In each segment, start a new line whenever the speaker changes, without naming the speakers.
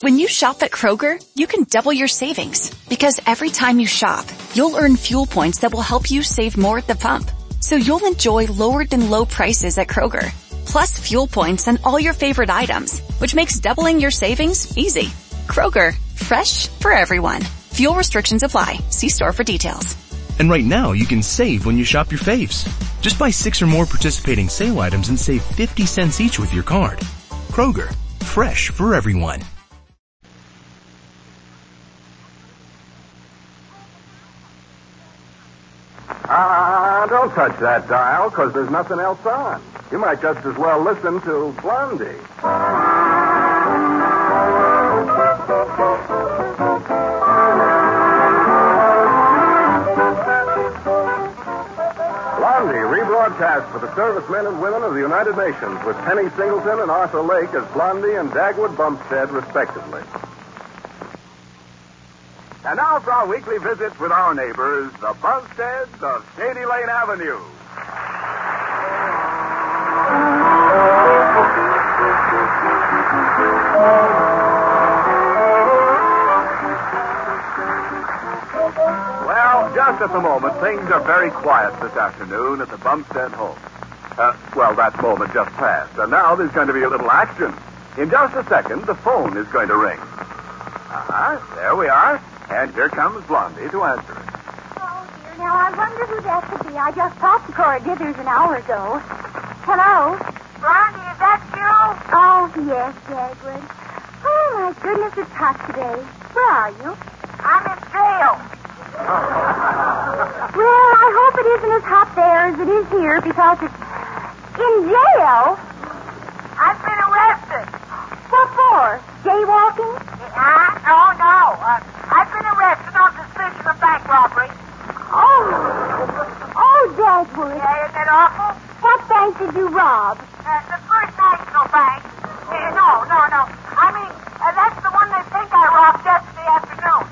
When you shop at Kroger, you can double your savings because every time you shop, you'll earn fuel points that will help you save more at the pump. So you'll enjoy lower than low prices at Kroger, plus fuel points on all your favorite items, which makes doubling your savings easy. Kroger, fresh for everyone. Fuel restrictions apply. See store for details.
And right now you can save when you shop your faves. Just buy six or more participating sale items and save 50 cents each with your card. Kroger, fresh for everyone.
Uh, don't touch that dial, because there's nothing else on. You might just as well listen to Blondie. Blondie, rebroadcast for the servicemen and women of the United Nations with Penny Singleton and Arthur Lake as Blondie and Dagwood Bumpstead, respectively. And now for our weekly visits with our neighbors, the Bumsteads of Shady Lane Avenue. Well, just at the moment, things are very quiet this afternoon at the Bumstead home. Uh, well, that moment just passed, and now there's going to be a little action. In just a second, the phone is going to ring. Uh-huh, there we are, and here comes Blondie to answer it.
Oh, dear. Now, I wonder who that could be. I just talked to Cora Dithers an hour ago. Hello? Blondie, is that you? Oh, yes, Dagwood. Oh, my goodness, it's hot today. Where are you? I'm in jail. well, I hope it isn't as hot there as it is here because it's in jail. I've been arrested. What for? Jaywalking? Uh, no, no. Uh, I've been arrested on suspicion of bank robbery. Oh. Oh, Dagwood. Yeah, isn't it awful? What bank did you rob? Uh, the First National Bank. Uh, no, no, no. I mean, uh, that's the one they think I robbed yesterday afternoon.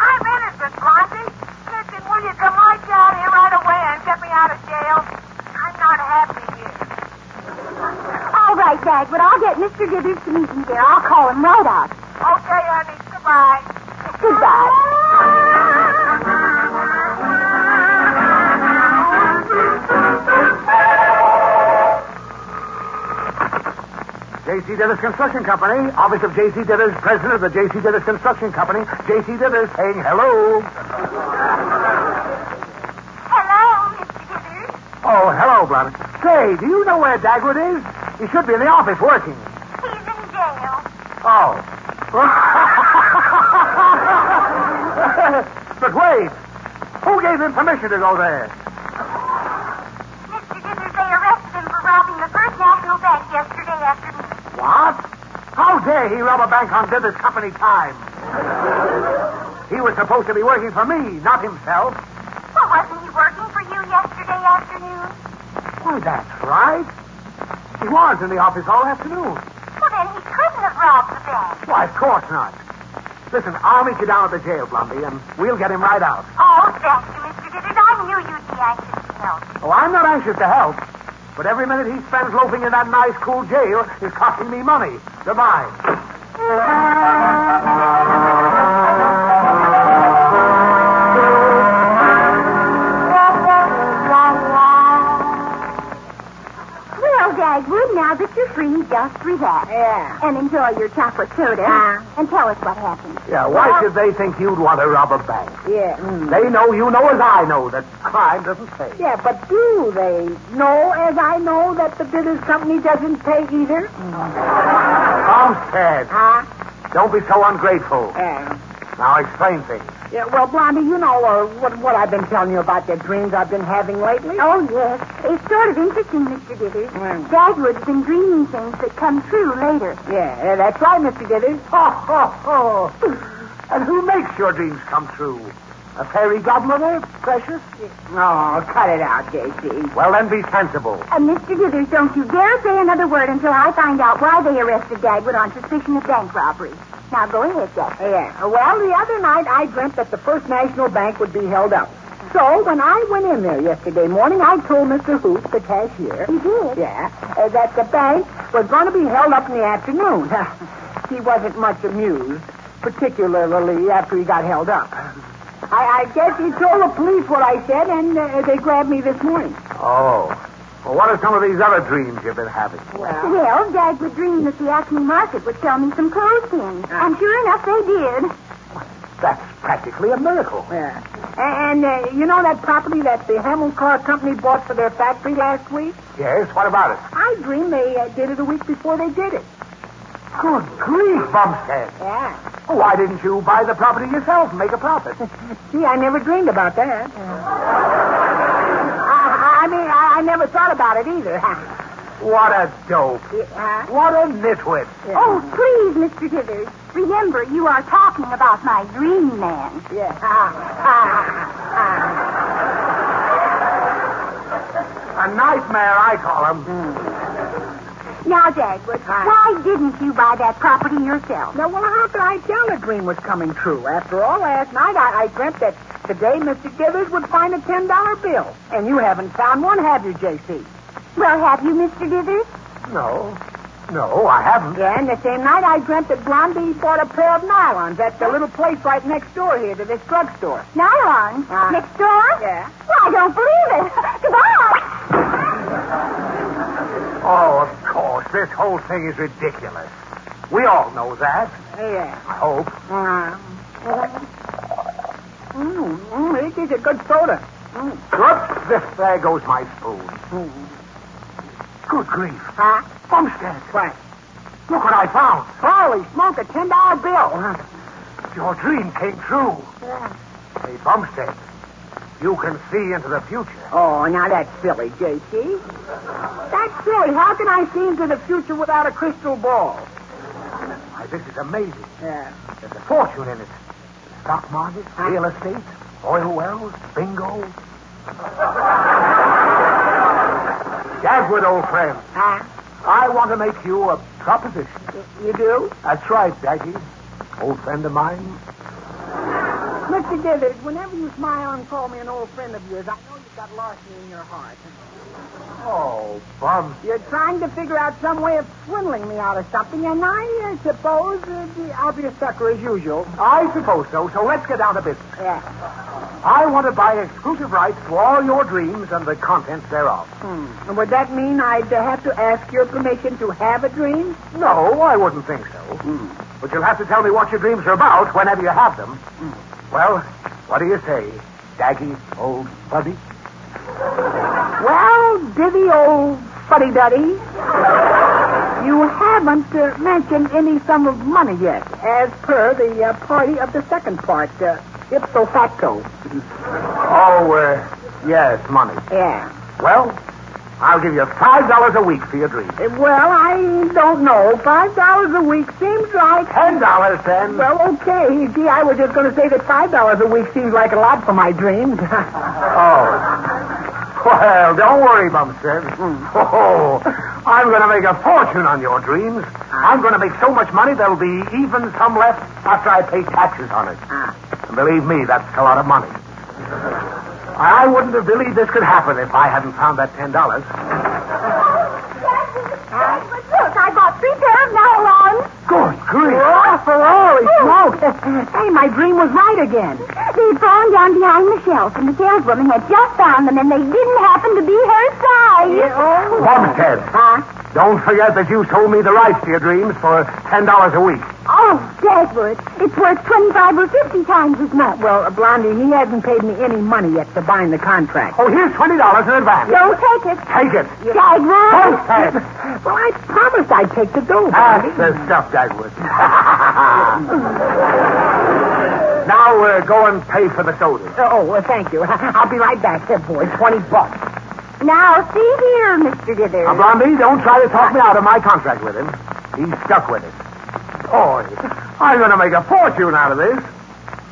I'm innocent, Blondie. Listen, will you come right down here right away and get me out of jail? I'm not happy here. All right, Dagwood. I'll get Mr. Dithers to meet you there. I'll call him right out. Okay, honey. Goodbye. Goodbye.
J.C. Dillers Construction Company, office of J.C. Dillers, president of the J.C. Dillers Construction Company, J.C. Dillers saying hello.
Hello, Mr. Dithers.
Oh, hello, Blondie. Say, do you know where Dagwood is? He should be in the office working.
He's in jail.
Oh. but wait. Who gave him permission to go there?
Mr. Dithers, they arrested him for robbing the First National Bank yesterday afternoon.
What? How dare he rob a bank on business company time? He was supposed to be working for me, not himself.
Well, wasn't he working for you yesterday afternoon?
Why, that's right. He was in the office all afternoon.
Well, then he couldn't have robbed the bank.
Why, of course not. Listen, I'll meet you down at the jail, Blondie, and we'll get him right out.
Oh, thank you, Mr. Dithers. I knew you'd be anxious to help.
Oh, I'm not anxious to help, but every minute he spends loafing in that nice, cool jail is costing me money. Goodbye.
Well, Dagwood, now that you're free, just relax. Yeah. And enjoy your chocolate soda.
Uh-huh.
And tell us what happened.
Yeah, why should they think you'd want to rob a bank?
Yeah.
Mm.
They know you know as I know that crime doesn't pay.
Yeah, but do they know, as I know, that the Dillers Company doesn't pay either?
Homestead,
Huh?
don't be so ungrateful.
Yeah.
Now explain things.
Yeah, well, Blondie, you know uh, what, what I've been telling you about the dreams I've been having lately.
Oh, yes. It's sort of interesting, Mr. Dithers.
Mm.
Dagwood's been dreaming things that come true later.
Yeah, yeah, that's right, Mr. Dithers.
Ho, ho, ho. Oh, And who makes your dreams come true? A fairy goblin, eh? Precious?
No, cut it out, J.C.
Well, then be sensible.
And Mr. Dithers, don't you dare say another word until I find out why they arrested Dagwood on suspicion of bank robbery. Now go ahead, Jack.
Yeah. uh, Well, the other night I dreamt that the First National Bank would be held up. So when I went in there yesterday morning, I told Mr. Hoop, the cashier,
You did?
yeah, uh, that the bank was going to be held up in the afternoon. he wasn't much amused, particularly after he got held up. I, I guess he told the police what I said, and uh, they grabbed me this morning.
Oh. Well, what are some of these other dreams you've been having?
Well, Dagwood dreamed that the Acme Market would sell me some clothespins.
Ah.
And sure enough, they did.
That's practically a miracle.
Yeah. And, and uh, you know that property that the Hamel Car Company bought for their factory last week?
Yes, what about it?
I dreamed they uh, did it a week before they did it.
Good grief, Bumstead.
Yeah.
Why didn't you buy the property yourself and make a profit?
Gee, I never dreamed about that. I, I mean, I, I never thought about it either.
what a dope.
Yeah.
What a nitwit.
Oh, please, Mr. Dithers. Remember, you are talking about my dream man.
Yeah. Ah, ah,
A nightmare, I call him.
Now, Dagwood,
Hi.
why didn't you buy that property yourself?
ah. Now, well, how could I tell the dream was coming true? After all, last night I, I dreamt that today Mr. Githers would find a $10 bill. And you haven't found one, have you, J.C.?
Well, have you, Mr. Dithers?
No. No, I haven't.
Yeah, and the same night I dreamt that Blondie bought a pair of nylons at the little place right next door here to this drugstore.
Nylon?
Ah.
Next door?
Yeah.
Well, I don't believe it. Goodbye.
Oh, of course. This whole thing is ridiculous. We all know that.
Yeah.
I hope.
Uh-huh.
Mm, mm, this is a good soda. Mm.
Whoops, this, there goes my spoon.
Mm-hmm.
Good grief.
Huh?
Bumstead,
What?
look what I found. Oh,
Holy smoke, a ten dollar bill.
Your dream came true. Hey, Bumstead, you can see into the future.
Oh, now that's silly, J.C. That's silly. How can I see into the future without a crystal ball?
Why, this is amazing.
Yeah.
There's a fortune in it. Stock market, real estate, oil wells, bingo. Dagwood, old friend,
Huh?
I want to make you a proposition.
You do?
That's right, Daggy. Old friend of mine.
Mr. Dithers, whenever you smile and call me an old friend of yours, I know you've got larceny in your heart.
Oh, Bum.
You're trying to figure out some way of swindling me out of something, and I uh, suppose uh, I'll be a sucker as usual.
I suppose so, so let's get down to business.
Yeah.
I want to buy exclusive rights to all your dreams and the contents thereof.
Hmm. Would that mean I'd uh, have to ask your permission to have a dream?
No, I wouldn't think so. But you'll have to tell me what your dreams are about whenever you have them. Well, what do you say, Daggy, old buddy?
Well, divvy old fuddy duddy, you haven't uh, mentioned any sum of money yet, as per the uh, party of the second part, uh, ipso facto.
Oh, uh, yes, money.
Yeah.
Well, I'll give you five dollars a week for your dream.
Uh, Well, I don't know. Five dollars a week seems like.
Ten dollars, then.
Well, okay. Gee, I was just going to say that five dollars a week seems like a lot for my dreams.
Oh. Well, don't worry, Bumstead. Oh, I'm going to make a fortune on your dreams. I'm going to make so much money there'll be even some left after I pay taxes on it. And believe me, that's a lot of money. I wouldn't have believed this could happen if I hadn't found that ten dollars.
Dagwood, look, I bought three pair of nylons.
Good grief!
holy smoke! hey, my dream was right again.
They'd fallen down behind the shelf, and the saleswoman had just found them, and they didn't happen to be her size.
oh.
Bumstead,
Huh?
don't forget that you sold me the rights to your dreams for ten dollars a week.
Oh, Dagwood, it's worth 25 or 50 times as much.
Well, uh, Blondie, he hasn't paid me any money yet to bind the contract.
Oh, here's twenty dollars in advance.
Don't take it.
Take it.
Dagwood.
Bumstead.
Well, I promised I'd
Ah.
take the dough.
That's the stuff, Dagwood. uh, go and pay for the soda.
Oh, well, thank you. I'll be right back there, boy. Twenty bucks.
Now, see here, Mr. Dithers.
Uh,
Now, Blondie, don't try to talk me out of my contract with him. He's stuck with it. Boy, I'm going to make a fortune out of this.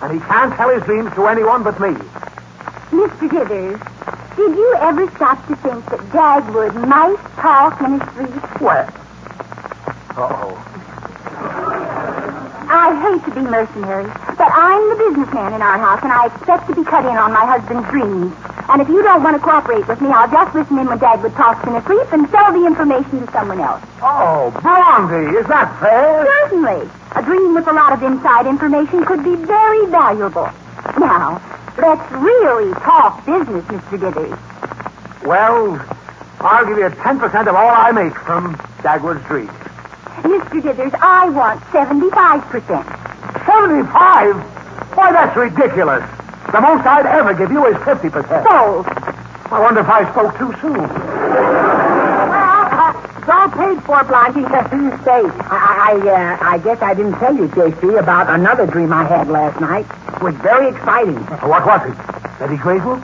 And he can't tell his dreams to anyone but me.
Mr. Dithers, did you ever stop to think that Dagwood might talk ministries?
Well. Uh-oh.
I hate to be mercenary, but I'm the businessman in our house, and I expect to be cut in on my husband's dreams. And if you don't want to cooperate with me, I'll just listen in when Dagwood talks in a creep and sell the information to someone else.
Oh, Blondie, is that fair?
Certainly. A dream with a lot of inside information could be very valuable. Now, let's really talk business, Mr. Dithers.
Well, I'll give you 10% of all I make from Dagwood's dreams.
Mr. Dithers, I want 75%.
75? Why, that's ridiculous. The most I'd ever give you is 50%.
Sold.
I wonder if I spoke too soon.
uh, It's all paid for, Blondie. Say, I, I, uh, I guess I didn't tell you, J.C., about another dream I had last night. It was very exciting.
What was it? Betty Grable?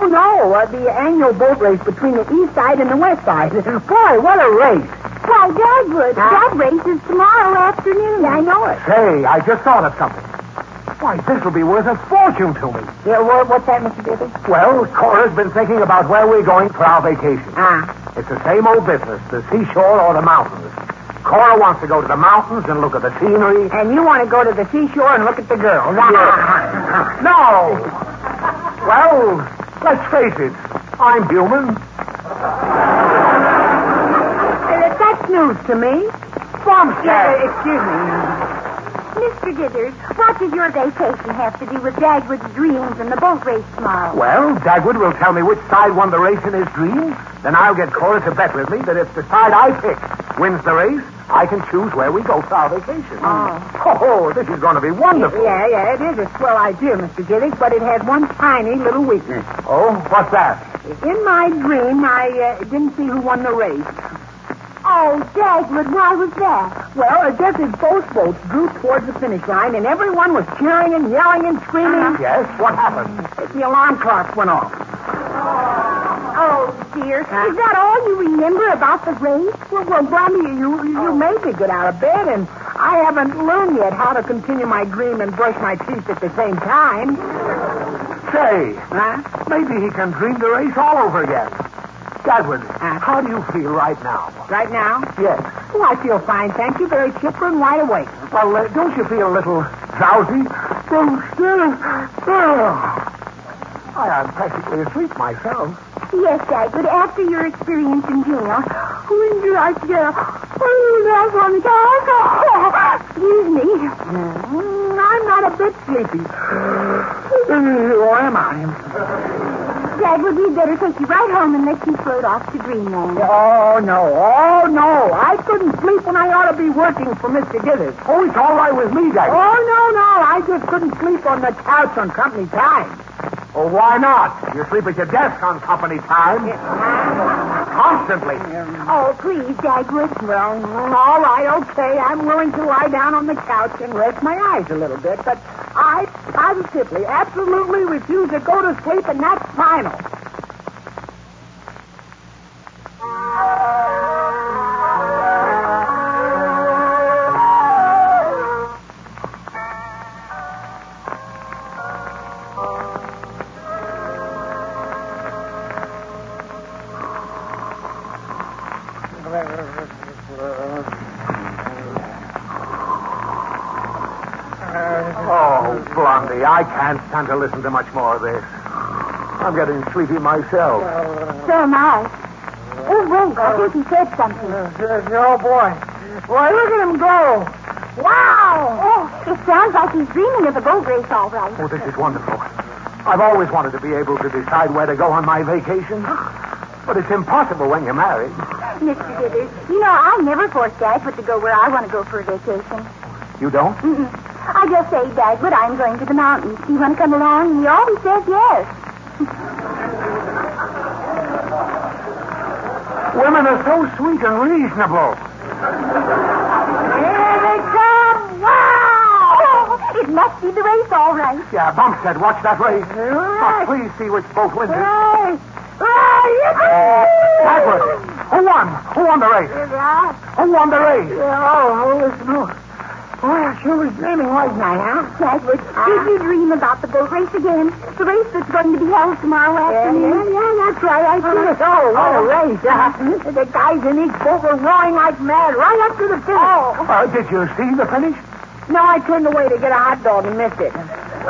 Oh, no, uh, the annual boat race between the east side and the west side. Boy, what a race.
Why, Dagwood,
Huh?
that race is tomorrow afternoon.
Yeah, I know it.
Say, I just thought of something. Why, this will be worth a fortune to me.
Yeah, what, what's that, Mr. Dithers?
Well, Cora's been thinking about where we're going for our vacation.
Ah,
It's the same old business, the seashore or the mountains. Cora wants to go to the mountains and look at the scenery.
and you want to go to the seashore and look at the girls.
Yeah. no! Well, let's face it, I'm human.
Uh, that's news to me.
Bumpstead!
excuse me.
Mr. Dithers, what does your vacation have to do with Dagwood's dreams and the boat race tomorrow?
Well, Dagwood will tell me which side won the race in his dream. Then I'll get Cora to bet with me that if the side I pick wins the race, I can choose where we go for our vacation. Oh, this is going to be wonderful.
Yeah, yeah, it is a swell idea, Mr. Giddings, but it has one tiny little weakness.
Oh, what's that?
In my dream, I uh, didn't see who won the race.
Oh, Dagwood, why was that?
Well, it just as both boats drew towards the finish line, and everyone was cheering and yelling and screaming,
Yes, what happened?
the alarm clocks went off.
Oh, dear. Is that all you remember about the race?
Well, well, Blondie, you, you you made me get out of bed, and I haven't learned yet how to continue my dream and brush my teeth at the same time.
Say,
Huh?
maybe he can dream the race all over again. Dagwood,
Uh.
how do you feel right now?
Right now?
Yes.
Oh, I feel fine, thank you. Very chipper and wide awake.
Well, uh, don't you feel a little drowsy?
Oh,
Don't you? I am practically asleep myself.
Yes, Dagwood, after your experience in jail, Oh, wouldn't you Oh, like to get a little nap on the couch? Oh, excuse me.
Mm, I'm not a bit sleepy. or am I?
Dagwood, we'd better take you right home and let you float off to Dreamland.
Oh, no. Oh, no. I couldn't sleep when I ought to be working for Mr. Gidders.
Oh, it's all right with me,
Oh,
Dagwood.
no, no. I just couldn't sleep on the couch on company time.
Oh, why not? You sleep at your desk on company time. Constantly.
Oh, please, Dagwood.
Well, all right, okay. I'm willing to lie down on the couch and rest my eyes a little bit, but I positively, absolutely refuse to go to sleep, and that's final.
Oh, Blondie, I can't stand to listen to much more of this. I'm getting sleepy myself.
So am I. Oh, wait, I think he said something.
Oh, boy. Boy, look at him go.
Wow! Oh, it sounds like he's dreaming of a boat race, all right.
Oh, this is wonderful. I've always wanted to be able to decide where to go on my vacation. But it's impossible when you're married.
Mr. Dithers, you know, I never force Dagwood to go where I want to go for a vacation.
You don't?
Mm-mm. I just say, Dagwood, I'm going to the mountains. Do you want to come along? And he always says yes.
Women are so sweet and reasonable.
Here they come! Wow! Oh, it must be
Bumstead.
Yeah, Bumstead, watch that race. Oh,
right.
please see which boat wins it.
Hooray! Hooray!
That was it. Who won? Who won the race? Who won the race?
Oh, holy smoke. Boy, I sure was dreaming, wasn't I, huh? Ah.
Dagwood, did you dream about the boat race again? The race that's going to be held tomorrow
Yeah, yeah,
afternoon? Uh-huh.
yeah, that's right. I did it. Oh, what a race, huh? The guys in each boat were roaring like mad right up to the finish. Oh.
Uh, did you see the finish?
No, I turned away to get a hot dog and missed it.
Bumstead!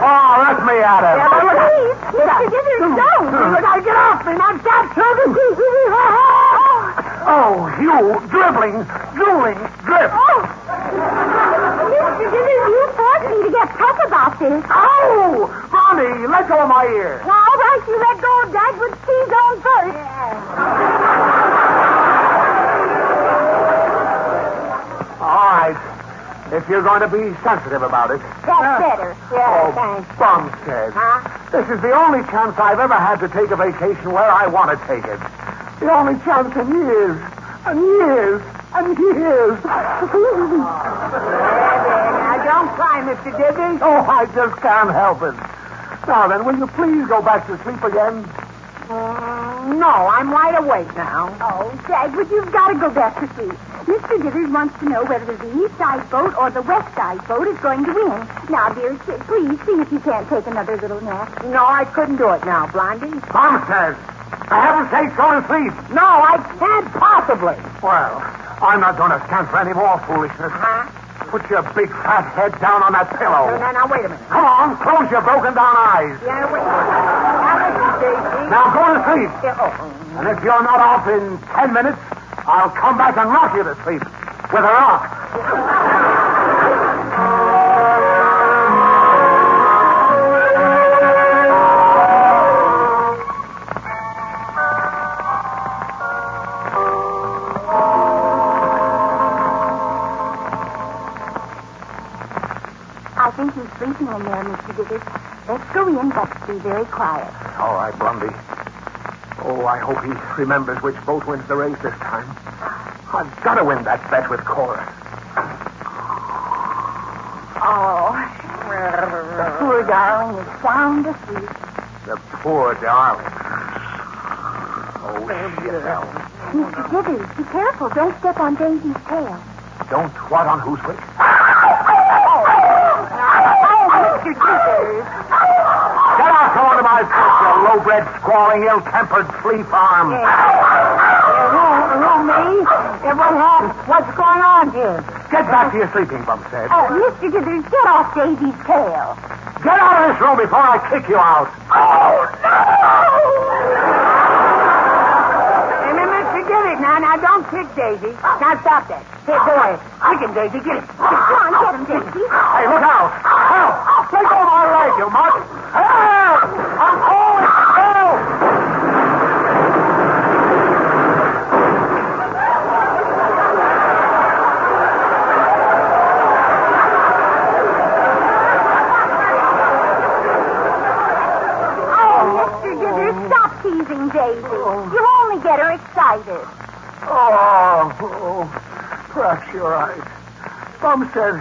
Oh, let me at it.
but look-
Ah. Please, Mr. Dithers, don't.
Look, I get off me. Now, stop, children.
Oh, you dribbling, drooling, drip.
Oh, Mr. Dithers, you forced me to get tough about this.
Ow! Ronnie, let go of my ear.
Well, all right, you let go of Dagwood's tease on first.
All right. If you're going to be sensitive about it.
That's better.
oh, Bumstead.
Huh?
This is the only chance I've ever had to take a vacation where I want to take it. The only chance in years, and years, and years.
Now, don't cry, Mr. Dibby.
oh, I just can't help it. Now then, will you please go back to sleep again?
No, I'm wide awake now.
Oh, Dagwood, you've got to go back to sleep. Mr. Dithers wants to know whether the east side boat or the west side boat is going to win. Now, dear kid, please see if you can't take another little nap.
No, I couldn't do it now, Blondie.
Bumstead, I haven't said so to sleep.
No, I can't possibly.
Well, I'm not going to stand for any more foolishness. Put your big fat head down on that
No,
pillow.
no, Uh-huh. now, wait a minute.
Come on, close your broken down eyes.
Yeah, wait a minute. Now, Mr. Daisy.
Now go to sleep.
Yeah, oh,
And if you're not off in ten minutes, I'll come back and rock you to sleep with a rock.
I think he's sleeping in there, Mr. Dithers. Let's go in, but be very quiet.
All right, Blondie. Oh, I hope he remembers which boat wins the race this time. I've got to win that bet with Cora.
The Oh, poor darling is sound asleep.
The poor darling. Oh, shit, hell.
Mr. Dithers, be careful. Don't step on Daisy's tail.
Don't twat on who's which.
Oh, Mr. Dithers.
Get out from under my foot, you low-bred, squalling, ill-tempered flea farm.
me? Yeah, what happened? What's going on here?
Get back to your sleeping bumstead.
Oh, Mr. Dithers, get off Daisy's tail.
Get out of this room before I kick you out.
Oh,
Hey, Mr. Mr. Dibby, now, now, don't kick Daisy. Now, stop that. Hey, boy, I can Daisy. Get it.
Come on, get him, Daisy.
Hey, look out. Help. Let go of
Oh,
my leg, you mutt. Help. I'm calling. Help.
Oh, Mr. Dithers, stop teasing Daisy. You only get her excited.
Oh, oh, perhaps you're right. Bumstead,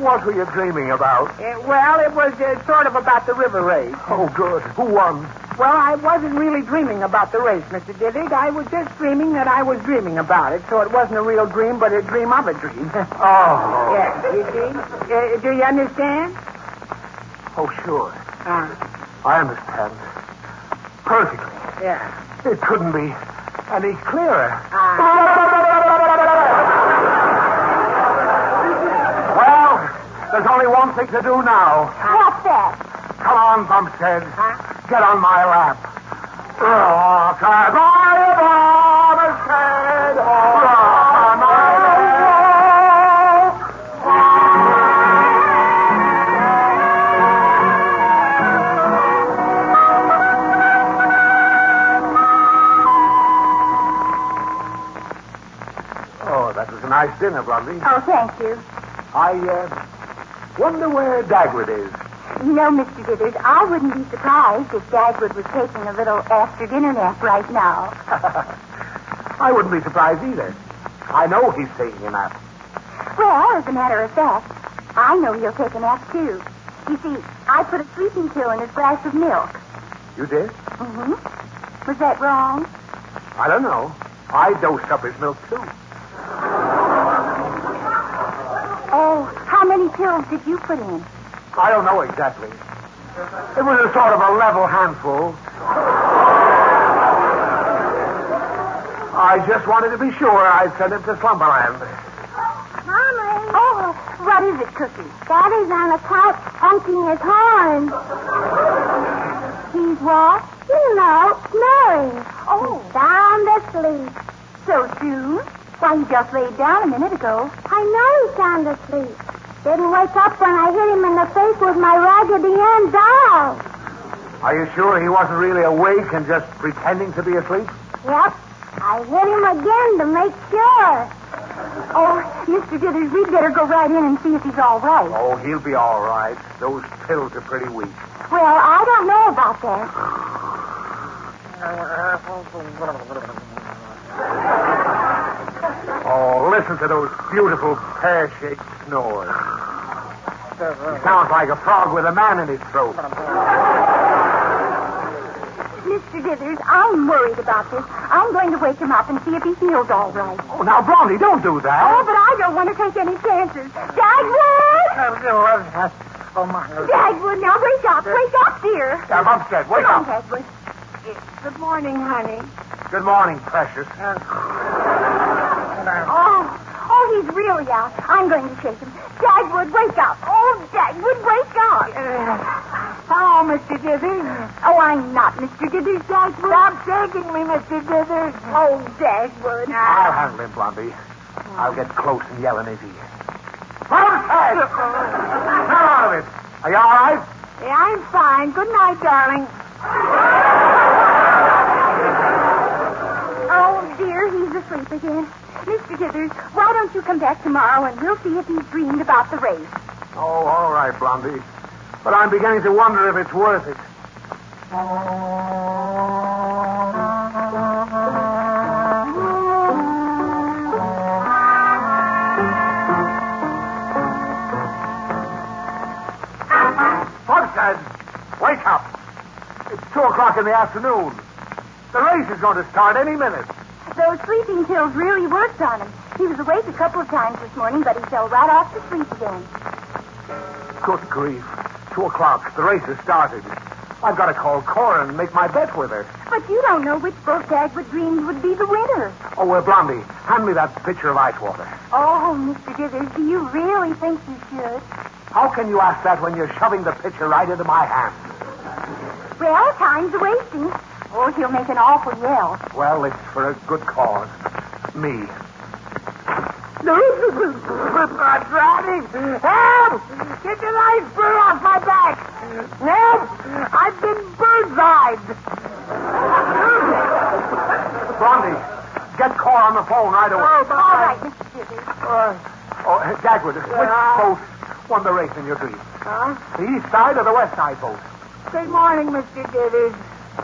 what were you dreaming about?
Uh, well, it was uh, sort of about the river race.
Oh, good. Who won?
Well, I wasn't really dreaming about the race, Mr. Diddy. I was just dreaming that I was dreaming about it. So it wasn't a real dream, but a dream of a dream.
Oh.
yes, you see? Uh, do you understand?
Oh, sure.
Uh-huh.
Uh,
I understand. Perfectly.
yeah.
It couldn't be any clearer.
Uh-huh.
Well, there's only one thing to do now.
What's that?
Come on, Bumpstead. Get on my lap. Oh, Rock a bye, Bumpstead. Rock a bye. Oh, that was a nice dinner, Blondie.
Oh, thank you.
I uh, wonder where Dagwood is.
You know, Mr. Dithers, I wouldn't be surprised if Dagwood was taking a little after dinner nap right now.
I wouldn't be surprised either. I know he's taking a nap.
Well, as a matter of fact, I know he'll take a nap, too. You see, I put a sleeping pill in his glass of milk.
You did?
Mm-hmm. Was that wrong?
I don't know. I dosed up his milk, too.
Oh, how many pills did you put in?
I don't know exactly. It was a sort of a level handful. I just wanted to be sure I'd sent him to Slumberland.
Mommy. Oh, what is it, Cookie? Daddy's on the couch honking his horn. He's what? You know, snoring. Oh. Sound asleep. So soon? Why, he just laid down a minute ago. I know he's sound asleep. Didn't wake up when I hit him in the face with my Raggedy Ann doll.
Are you sure he wasn't really awake and just pretending to be asleep?
Yep. I hit him again to make sure. Oh, Mr. Dithers, we'd better go right in and see if he's all right.
Oh, he'll be all right. Those pills are pretty weak.
Well, I don't know about that.
Oh, listen to those beautiful pear-shaped snores. He sounds like a frog with a man in his throat.
Mr. Dithers, I'm worried about this. I'm going to wake him up and see if he feels all right.
Oh, now, Blondie, don't do
Oh,
that.
but I don't want to take any chances. Dagwood!
Oh, my.
Dagwood, now wake up. Wake up, dear.
Now, Bumstead, wake
Come on,
up.
Dagwood. Good morning, honey.
Good morning, precious.
Oh, oh, he's really out. I'm going to shake him. Dagwood, wake up. Oh, Dagwood, wake up. Oh, Mr. Dithers. Oh, I'm not Mr. Dithers, Dagwood. Stop shaking me, Ah. Mr. Dithers. Oh, Dagwood.
I'll handle him, Blondie. I'll get close and yell in his ear. Bumstead! Now, out of it. Are you all right?
Yeah, I'm fine. Good night, darling. Oh, dear, he's asleep again. Mr. Dithers, why don't you come back tomorrow and we'll see if he's dreamed about the race.
Oh, all right, Blondie. But I'm beginning to wonder if it's worth it. Bumstead, wake up. It's two o'clock in the afternoon. The race is going to start any minute.
Those sleeping pills really worked on him. He was awake a couple of times this morning, but he fell right off to sleep again.
Good grief. Two o'clock. The race has started. I've got to call Cora and make my bet with her.
But you don't know which boat Dagwood dreamed would be the winner.
Oh, well, Blondie, hand me that pitcher of ice water.
Oh, Mr. Dithers, do you really think you should?
How can you ask that when you're shoving the pitcher right into my hand?
Well, time's wasting. Oh, he'll make an awful yell.
Well, it's for a good cause. Me.
I'm drowning. Help! Get the light bird off my back. Help! I've been bird's-eyed.
Blondie, get Cora on the phone right away.
All right, Mr. Dithers.
Uh, oh, uh, Dagwood, which boat won the race in your dream? The east side or the west side boat?
Good morning, Mr. Davies.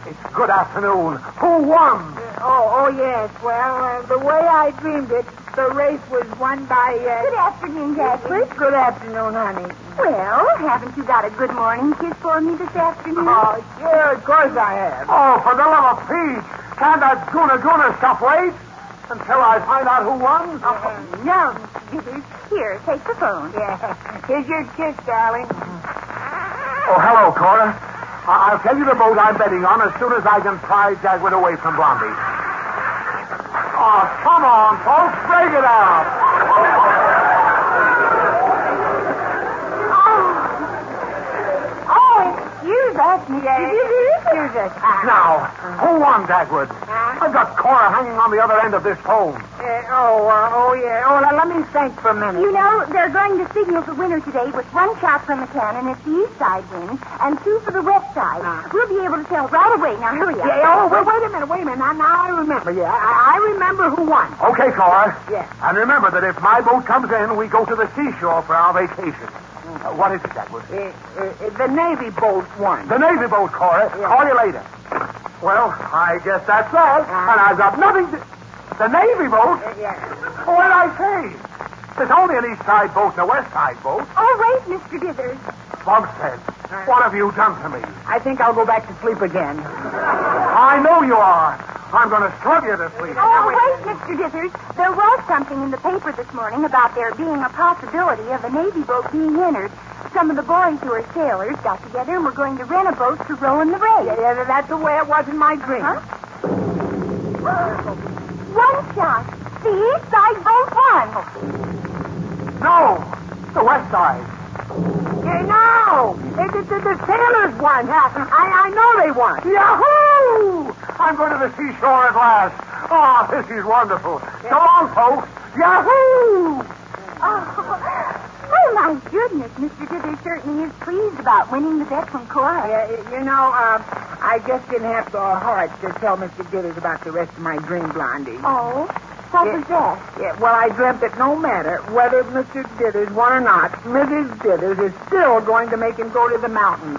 It's good afternoon. Who won?
Oh, oh yes. Well, uh, the way I dreamed it, the race was won by. Uh,
Good afternoon, Dagwood.
Good afternoon, honey.
Well, haven't you got a good morning kiss for me this afternoon?
Oh, sure, of course I have.
Oh, for the love of Pete! Can that Guna Guna stuff wait until I find out who won? Oh,
no, Mr. Dithers. Here, take the phone.
Yeah. Here's your kiss, darling.
Oh, hello, Cora. I- I'll tell you the boat I'm betting on as soon as I can pry Dagwood away from Blondie. Oh, come on, folks, break it up.
Oh, excuse us, Mr. Dithers.
Here's a tie.
Now, who won, Dagwood? I've got Cora hanging on the other end of this phone.
Uh, oh, uh, oh, yeah. Oh, now, let me think for a minute.
You know, they're going to signal the winner today with one shot from the cannon if the east side wins and two for the west side. We'll be able to tell right away. Now, hurry
Ah.
up.
Yeah, oh, well, wait a minute, wait a minute. Now, now I remember. Yeah, I, I remember who won.
Okay, Cora.
Yes.
And remember that if my boat comes in, we go to the seashore for our vacation. Uh, what is it, Dagwood?
Uh, uh, the Navy boat won.
The Navy boat, Cora. Call you later. Well, I guess that's all. and I've got nothing to... The Navy boat?
yeah.
What did I say? There's only an east side boat and a west side boat.
All right, Mr. Oh, Dithers.
Bumstead, what have you done to me?
I think I'll go back to sleep again.
I know you are. I'm going to slug you to sleep.
Oh, wait, Mr. Dithers. There was something in the paper this morning about there being a possibility of a Navy boat being entered. Some of the boys who are sailors got together and were going to rent a boat to row in the race.
Yeah, yeah, that's the way it was in my dream.
Huh? One shot. The east side boat won.
No, the west side.
Hey, no! It, it, it- the sailors won. I, I know they won.
Yahoo! I'm going to the seashore at last. Ah, this is wonderful. Come on, folks. Yahoo!
Oh, oh, my goodness. Mr. Dithers certainly is pleased about winning the bet from Cora.
Yeah, y- you know, uh, I just didn't have the heart to tell Mr. Gillers about the rest of my dream, Blondie.
Oh, what was that?
Yeah, well, I dreamt that no matter whether Mr. Dithers won or not, Mrs. Dithers is still going to make him go to the mountains.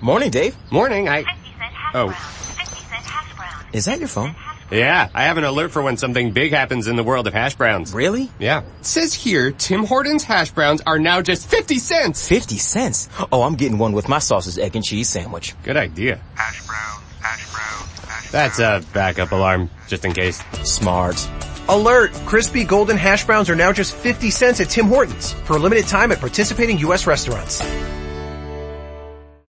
Morning, Dave. Morning. I. Oh.
Is that your phone?
Yeah, I have an alert for when something big happens in the world of hash browns.
Really?
Yeah. It says here, Tim Hortons hash browns are now just 50 cents.
50 cents? Oh, I'm getting one with my sausage, egg, and cheese sandwich.
Good idea. Hash brown, hash brown, hash That's a backup alarm, just in case.
Smart.
Alert! Crispy golden hash browns are now just 50 cents at Tim Hortons for a limited time at participating U.S. restaurants.